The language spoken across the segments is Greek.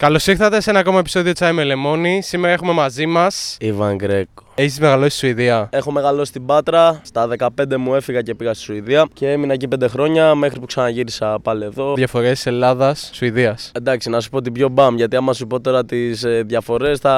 Καλώς ήρθατε σε ένα ακόμα επεισόδιο Τσάι με Λεμόνι. Σήμερα έχουμε μαζί μας. Ιβαν Γκρέκο. Έχεις μεγαλώσει στη Σουηδία. Έχω μεγαλώσει στην Πάτρα. Στα 15 μου έφυγα και πήγα στη Σουηδία και έμεινα εκεί 5 χρόνια μέχρι που ξαναγύρισα πάλι εδώ. Διαφορές Ελλάδας, Σουηδίας. Εντάξει, να σου πω την πιο μπαμ, γιατί άμα σου πω τώρα τις διαφορές θα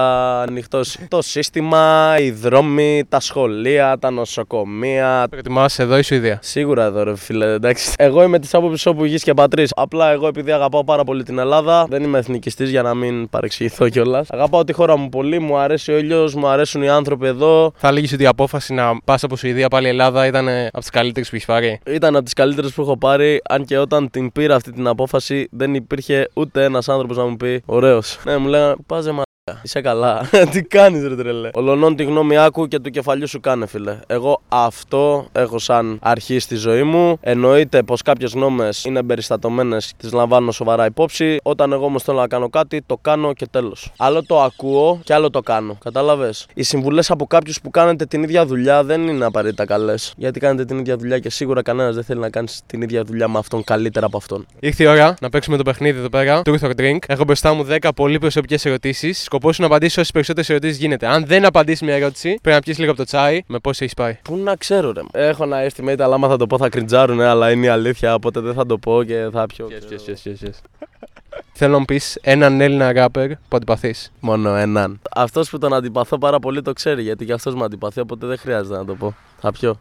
ανοιχτώσει. το σύστημα, οι δρόμοι, τα σχολεία, τα νοσοκομεία. Προτιμά εδώ η Σουηδία. Σίγουρα εδώ, ρε φίλε, εντάξει. Εγώ είμαι της άποψης όπου γης και πατρί. Απλά εγώ επειδή αγαπάω πάρα πολύ την Ελλάδα, δεν είμαι εθνικιστής για να μην παρεξηγηθώ κιόλας. Αγαπάω τη χώρα μου πολύ, μου αρέσει ο ήλιος, μου αρέσουν οι άνθρωποι εδώ. Θα λέγεις ότι η απόφαση να πας από Σουηδία πάλι Ελλάδα ήταν ε, από τις καλύτερες που έχεις πάρει. Ήταν από τις καλύτερες που έχω πάρει. Αν και όταν την πήρα αυτή την απόφαση, δεν υπήρχε ούτε ένας άνθρωπος να μου πει Ωραίος. Ναι, μου λέγανε Πάζε μα. Είσαι καλά. Τι κάνεις, ρε τρελέ. Ολονών τη γνώμη άκου και του κεφαλιού σου κάνε, φίλε. Εγώ αυτό έχω σαν αρχή στη ζωή μου. Εννοείται πως κάποιες γνώμε είναι περιστατωμένες, τις λαμβάνω σοβαρά υπόψη. Όταν εγώ όμως θέλω να κάνω κάτι, το κάνω και τέλος. Άλλο το ακούω και άλλο το κάνω. Κατάλαβες. Οι συμβουλές από κάποιους που κάνετε την ίδια δουλειά δεν είναι απαραίτητα καλές. Γιατί κάνετε την ίδια δουλειά και σίγουρα κανένας δεν θέλει να κάνεις την ίδια δουλειά με αυτόν καλύτερα από αυτόν. Ήρθε η ώρα να παίξουμε το παιχνίδι εδώ πέρα. Truth or drink. Έχω μπροστά μου 10 πολύ προσωπικές ερωτήσεις. Σκοπός σου να απαντήσεις όσες περισσότερες ερωτήσεις γίνεται. Αν δεν απαντήσεις μια ερώτηση, πρέπει να πιεις λίγο από το τσάι με πώς έχεις πάει. Πού να ξέρω, ρε. Έχω ένα estimate, αλλά άμα θα το πω θα κριντζάρουν, αλλά είναι η αλήθεια. Οπότε δεν θα το πω και θα πιω. Θέλω να μου πεις έναν Έλληνα ράπερ που αντιπαθείς. Μόνο έναν. Αυτός που τον αντιπαθώ πάρα πολύ το ξέρει, γιατί και αυτός με αντιπαθεί, οπότε δεν χρειάζεται να το πω. Θα πιω.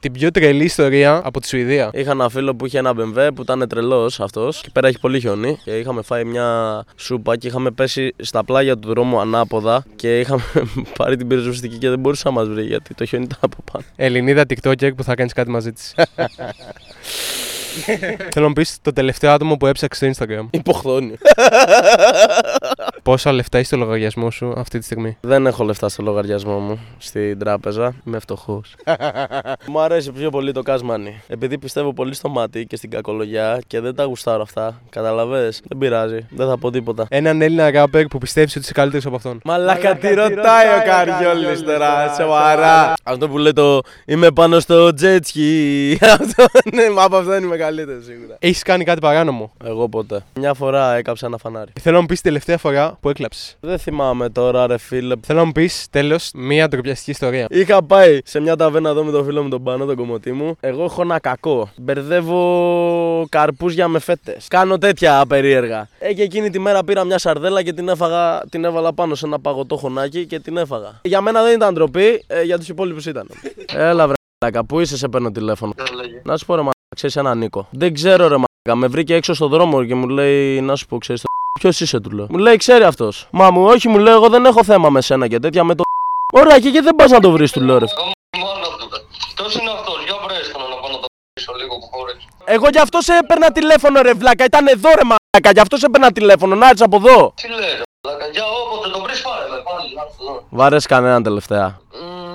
Την πιο τρελή ιστορία από τη Σουηδία. Είχα ένα φίλο που είχε ένα BMW που ήταν τρελός αυτός. Και πέρα έχει πολύ χιόνι. Και είχαμε φάει μια σούπα και είχαμε πέσει στα πλάγια του δρόμου ανάποδα. Και είχαμε πάρει την πυροσβεστική και δεν μπορούσε να μας βρει γιατί το χιόνι ήταν από πάνω. Ελληνίδα TikToker που θα κάνεις κάτι μαζί της. Θέλω να μου πεις το τελευταίο άτομο που έψαξε στο Instagram. Υποχθώνει. Πόσα λεφτά έχει στο λογαριασμό σου αυτή τη στιγμή. Δεν έχω λεφτά στο λογαριασμό μου στην τράπεζα. Είμαι φτωχός. μου αρέσει πιο πολύ το cash money. Επειδή πιστεύω πολύ στο μάτι και στην κακολογιά και δεν τα γουστάρω αυτά. Καταλαβέ. Δεν πειράζει. Δεν θα πω τίποτα. Έναν Έλληνα ράπερ που πιστεύεις ότι είσαι καλύτερος από αυτόν. Μαλάκα τι ρωτάει ο Καριόλη τώρα, σοβαρά. Αυτό που λέει το Είμαι πάνω στο τζέτσκι. Αυτό ναι, μα από αυτό είναι μεγαλύτερο σίγουρα. Έχεις κάνει κάτι παράνομο. Εγώ ποτέ. Μια φορά έκαψα ένα φανάρι. Θέλω να μου πεις τελευταία φορά που έκλαψες. Δεν θυμάμαι τώρα, ρε φίλε. Θέλω να μου πεις τέλος μία ντροπιαστική ιστορία. Είχα πάει σε μια ταβέρνα εδώ με τον φίλο μου τον πάνω, τον κομμωτή μου. Εγώ έχω ένα κακό. Μπερδεύω καρπούζια με φέτες. Κάνω τέτοια περίεργα. Ε, και εκείνη τη μέρα πήρα μια σαρδέλα και την, έφαγα, την έβαλα πάνω σε ένα παγωτό χωνάκι και την έφαγα. Για μένα δεν ήταν ντροπή, ε, για τους υπόλοιπους ήταν. Έλα, βρε. μαλάκα, Πού είσαι, σε παίρνω τηλέφωνο. Να σου πω ρε μαλάκα, ξέρεις έναν Νίκο. Δεν ξέρω ρε μαλάκα, με βρήκε έξω στο δρόμο και μου λέει να σου πω ξέρεις το Ποιος είσαι, του λέω. Μου λέει, ξέρει αυτός. Μα μου, όχι, μου λέει, εγώ δεν έχω θέμα με σένα και τέτοια με το. Ωραία, και, και δεν πας να το βρεις, του λέω. Ρε. Μόνος του. Ποιο είναι αυτό, για βρες τον να πάω να το πίσω λίγο που χωρί. Εγώ γι' αυτό σε έπαιρνα τηλέφωνο, ρε βλάκα. Ήταν εδώ, ρε μαλάκα. Γι' αυτό σε έπαιρνα τηλέφωνο. Να έρθεις από εδώ. Τι λέει, ρε, μαλάκα. για όποτε τον βρεις πάρε με πάλι, να έρθω εδώ. Βάρες κανέναν τελευταία. Μμμ,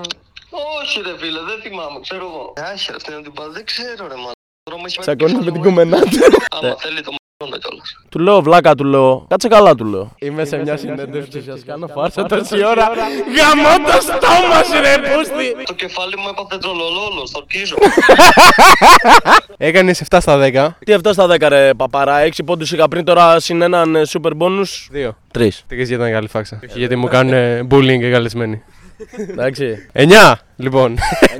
Όχι ρε φίλε, δεν θυμάμαι, ξέρω εγώ. Άχι, αυτή να την πας, δεν ξέρω ρε μάλλον. Δρόμο έχει Τσακώνει με την κουμένα. κουμενά του. Άμα θέλει το μάλλον κιόλας. του λέω, βλάκα, του λέω. Κάτσε καλά, του λέω. Είμαι σε μια συνέντευξη και σας κάνω φάρσα τόση ώρα. Γαμώ το στόμα σου, ρε πούστη. Το κεφάλι μου έπαθε τρολολόλος, στο αρχίζω. Έκανε 7 στα 10. Τι αυτά στα 10 ρε παπαρά, 6 πόντους είχα πριν τώρα συν έναν ε, super bonus. 2. 3. Τρει για την καλή φάξα. Όχι, γιατί μου κάνουν bullying οι καλεσμένοι. Εντάξει. 9. Λοιπόν,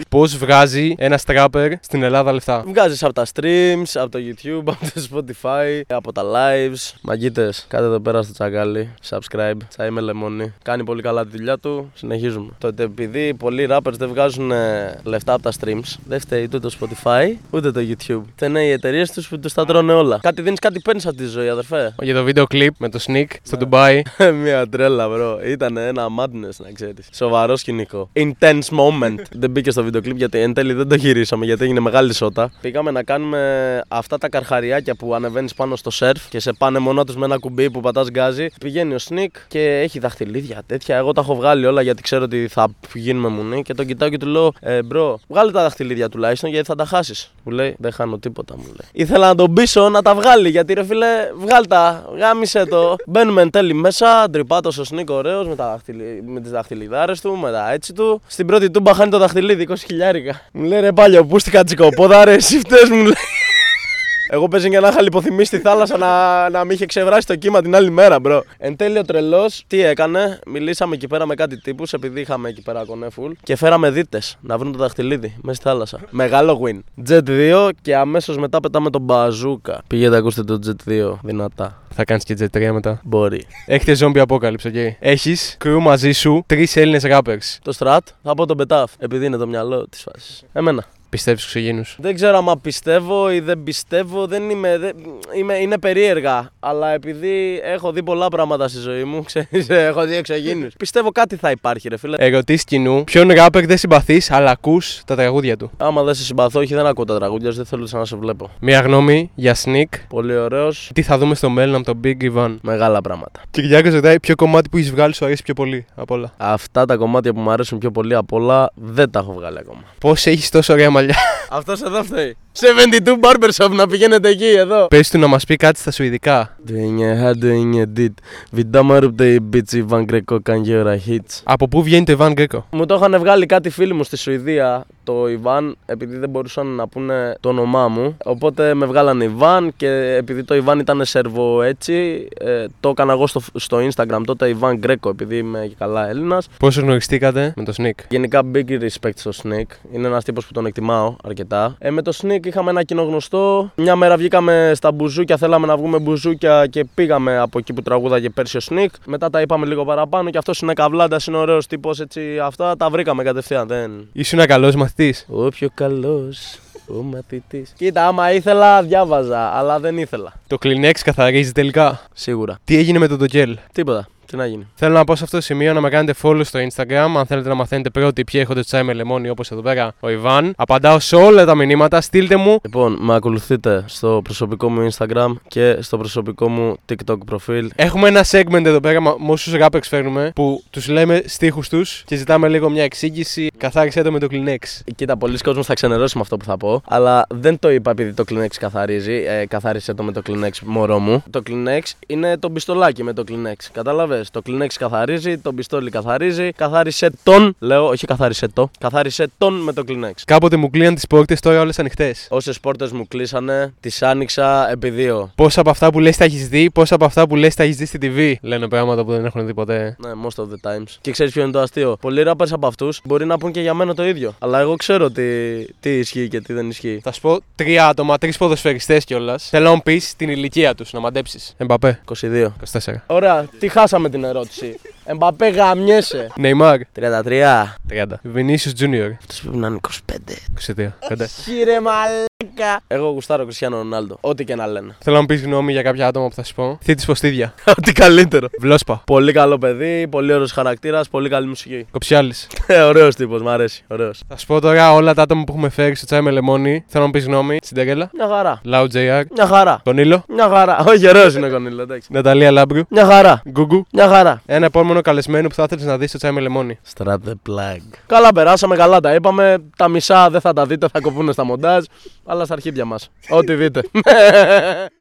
πώς βγάζει ένα τράπερ στην Ελλάδα λεφτά. Βγάζεις από τα streams, από το YouTube, από το Spotify, από τα lives. Μαγκίτε, κάτε εδώ πέρα στο τσακάλι. Subscribe, τσάι με λεμόνι. Κάνει πολύ καλά τη δουλειά του. Συνεχίζουμε. Το ότι επειδή πολλοί rappers δεν βγάζουν ε, λεφτά από τα streams, δεν φταίει ούτε το Spotify ούτε το YouTube. Φταίνε οι εταιρείες τους που τους τα τρώνε όλα. Κάτι δίνεις, κάτι παίρνεις αυτή τη ζωή, αδερφέ. Για το βίντεο κλιπ με το sneak στο Ντουμπάι. Μια τρέλα, bro. Ήταν ένα madness, να ξέρεις. Σοβαρό σκηνικό. Intense moment. δεν μπήκε στο βίντεο κλιπ γιατί εν τέλει δεν το γυρίσαμε γιατί έγινε μεγάλη σώτα. Πήγαμε να κάνουμε αυτά τα καρχαριάκια που ανεβαίνεις πάνω στο σερφ και σε πάνε μόνο του με ένα κουμπί που πατάς γκάζι. Πηγαίνει ο Σνικ και έχει δαχτυλίδια τέτοια. Εγώ τα έχω βγάλει όλα γιατί ξέρω ότι θα γίνουμε μουνί και τον κοιτάω και του λέω ε, μπρο, βγάλε τα δαχτυλίδια τουλάχιστον γιατί θα τα χάσεις. Μου λέει δεν χάνω τίποτα, μου λέει. Ήθελα να τον πείσω να τα βγάλει γιατί ρε φίλε, βγάλ τα, γάμισε το. Μπαίνουμε εν τέλει μέσα, ντρυπάτος ο Σνίκ ωραίος με, τα δαχτυλι... με τις δαχτυλιδάρες του, με τα έτσι του. Στην πρώτη τούμπα χάνει το δαχτυλίδι, 20 χιλιάρικα. Μου λέει ρε πάλι, ο πούστηκα τσικοπόδα, ρε, εσύ φταίς», μου λέει. Εγώ παίζει για να είχα λιποθυμεί στη θάλασσα να, να μην είχε ξεβράσει το κύμα την άλλη μέρα, μπρο. Εν τέλει ο τρελός, τι έκανε, μιλήσαμε εκεί πέρα με κάτι τύπους, επειδή είχαμε εκεί πέρα κονέφουλ και φέραμε δίτες να βρουν το δαχτυλίδι μέσα στη θάλασσα. Μεγάλο win. Jet 2 και αμέσως μετά πετάμε τον μπαζούκα. Πήγαινε ακούστε το Jet 2 δυνατά. Θα κάνεις και Jet 3 μετά. Μπορεί. Έχετε zombie απόκαλυψη, οκ. Έχεις κρού μαζί σου τρεις Έλληνες rappers. Το strat θα πω τον πετάφ, επειδή είναι το μυαλό της φάσης. Εμένα. Πιστεύεις στου Αιγίνους. Δεν ξέρω άμα πιστεύω ή δεν πιστεύω, δεν είμαι, δεν- είμαι- είναι περίεργα. Αλλά επειδή έχω δει πολλά πράγματα στη ζωή μου, ξέρεις, έχω δει εξωγήινους. πιστεύω κάτι θα υπάρχει ρε φίλε. Ε, Ερωτήσει κοινού. Ποιον rapper δεν συμπαθείς, αλλά ακούς τα τραγούδια του. Άμα δεν σε συμπαθώ, όχι δεν ακούω τα τραγούδια σου, δεν θέλω σαν να σε βλέπω. Μια γνώμη για sneak. Πολύ ωραίος. Τι θα δούμε στο μέλλον από τον Big Ivan. Μεγάλα πράγματα. Κυριάκο ρωτάει ποιο κομμάτι που έχεις βγάλει σου αρέσει πιο πολύ απ' όλα. Αυτά τα κομμάτια που μου αρέσουν πιο πολύ απ' όλα δεν τα έχω βγάλει ακόμα. Πώς έχεις τόσο ωραία μαλλιά. Αυτός εδώ φταίει. 72 Barbershop να πηγαίνετε εκεί, εδώ. Πες του να μας πει κάτι στα σουηδικά. Doing a doing a did. Βιντάμα ρουπτε η μπίτσι, βαγκρεκό κανγέρα hits. Από πού βγαίνει το Ivan Greco. Μου το είχαν βγάλει κάτι φίλοι μου στη Σουηδία, το Ιβάν, επειδή δεν μπορούσαν να πούνε το όνομά μου. Οπότε με βγάλανε Ιβάν και επειδή το Ιβάν ήταν σερβο έτσι, ε, το έκανα εγώ στο, στο Instagram τότε Ιβάν Γκρέκο, επειδή είμαι και καλά Έλληνας. Πώς γνωριστήκατε με το sneak. Γενικά, big respect στο Sneak. Είναι ένας τύπος που τον εκτιμάω αρκετά. Ε, με το Sneak είχαμε ένα κοινό γνωστό. Μια μέρα βγήκαμε στα μπουζούκια, θέλαμε να βγούμε μπουζούκια και πήγαμε από εκεί που τραγούδαγε πέρσι ο Sneak. Μετά τα είπαμε λίγο παραπάνω και αυτός είναι καβλάντας, είναι ωραίος τύπος έτσι. Αυτά τα βρήκαμε κατευθείαν. Δεν... Ήσουν ένα καλός μαθητής. Ο πιο καλός, ο μαθητής. Κοίτα, άμα ήθελα, διάβαζα, αλλά δεν ήθελα. Το Kleenex καθαρίζει τελικά. Σίγουρα. Τι έγινε με τον Ντοκέλ. Τίποτα. Τι να γίνει. Θέλω να πω σε αυτό το σημείο να με κάνετε follow στο Instagram. Αν θέλετε να μαθαίνετε πρώτοι ποιοι έχονται τσάι με λεμόνι όπως εδώ πέρα ο Ιβάν. Απαντάω σε όλα τα μηνύματα. Στείλτε μου Λοιπόν, με ακολουθείτε στο προσωπικό μου Instagram και στο προσωπικό μου TikTok προφίλ. Έχουμε ένα segment εδώ πέρα μα- με όσους rappers φέρνουμε που τους λέμε στίχους τους και ζητάμε λίγο μια εξήγηση. Καθάρισε το με το Kleenex. Κοίτα, πολλοί κόσμοι θα ξενερώσει με αυτό που θα πω. Αλλά δεν το είπα επειδή το Kleenex καθαρίζει. Ε, καθάρισε το με το Kleenex, μωρό μου. Το Kleenex είναι το πιστολάκι με το Kleenex. Κατάλαβες. Το Kleenex καθαρίζει, το πιστόλι καθαρίζει. Καθάρισε τον. Λέω, όχι καθάρισε το. Καθάρισε τον με το Kleenex. Κάποτε μου κλείναν τις πόρτες, τώρα όλες ανοιχτές. Όσες πόρτες μου κλείσανε, τις άνοιξα επί δύο. Πόσα από αυτά που λες τα έχεις δει, πόσα από αυτά που λες τα έχεις δει στη TV. Λένε πράγματα που δεν έχουν δει ποτέ. Ναι, most of the times. Και ξέρεις ποιο είναι το αστείο. Πολλοί ράπερ από αυτούς μπορεί να πούν και για μένα το ίδιο. Αλλά εγώ ξέρω τι, τι ισχύει και τι δεν ισχύει. Θα σου πω τρία άτομα, τρεις ποδοσφαιριστές κιόλας. Θέλω να μου πεις την ηλικία τους, να μαντέψεις. Εμπαπέ, 22. 24. Ωραία, τι χάσαμε την ερώτηση. Εμπαπέ γαμιέσαι. Νεϊμάρ, 33. 30. Βινίσιου Τζούνιορ, Αυτός πρέπει να είναι 25. 23. Κοντά. Χίρε μαλάκα. Ναι. Εγώ γουστάρω Κριστιανό Ρονάλντο. Ό,τι και να λένε. Θέλω να μου πεις γνώμη για κάποια άτομα που θα σου πω. Θήτη Ποστίδια, Ό,τι καλύτερο. Βλόσπα, Πολύ καλό παιδί, πολύ ωραίος χαρακτήρας, πολύ καλή μουσική. Κοψιάλης. ωραίος τύπος, Ε, μ' αρέσει. Ωραίος. Θα σου πω τώρα όλα τα άτομα που έχουμε φέρει στο τσάι με λεμόνι. Θέλω να μου πεις γνώμη. Σιντερέλα, Μια χαρά. Λάου JR, Μια χαρά. Κονίλο, Μια χαρά. Όχι, ωραίος είναι ο Κονίλο, εντάξει. Ναταλία Λάμπρου, Μια χαρά. Γκούγκου. Μια χαρά. Ένα επόμενο καλεσμένο που θα ήθελε να δεις στο τσάι με λεμόνι. Στράτε πλάγ. Καλά, περάσαμε, καλά τα είπαμε. Τα μισά δεν θα τα δείτε, θα κοπούν στα μοντάζ. Αλλά στα αρχίδια μας. Ό,τι δείτε.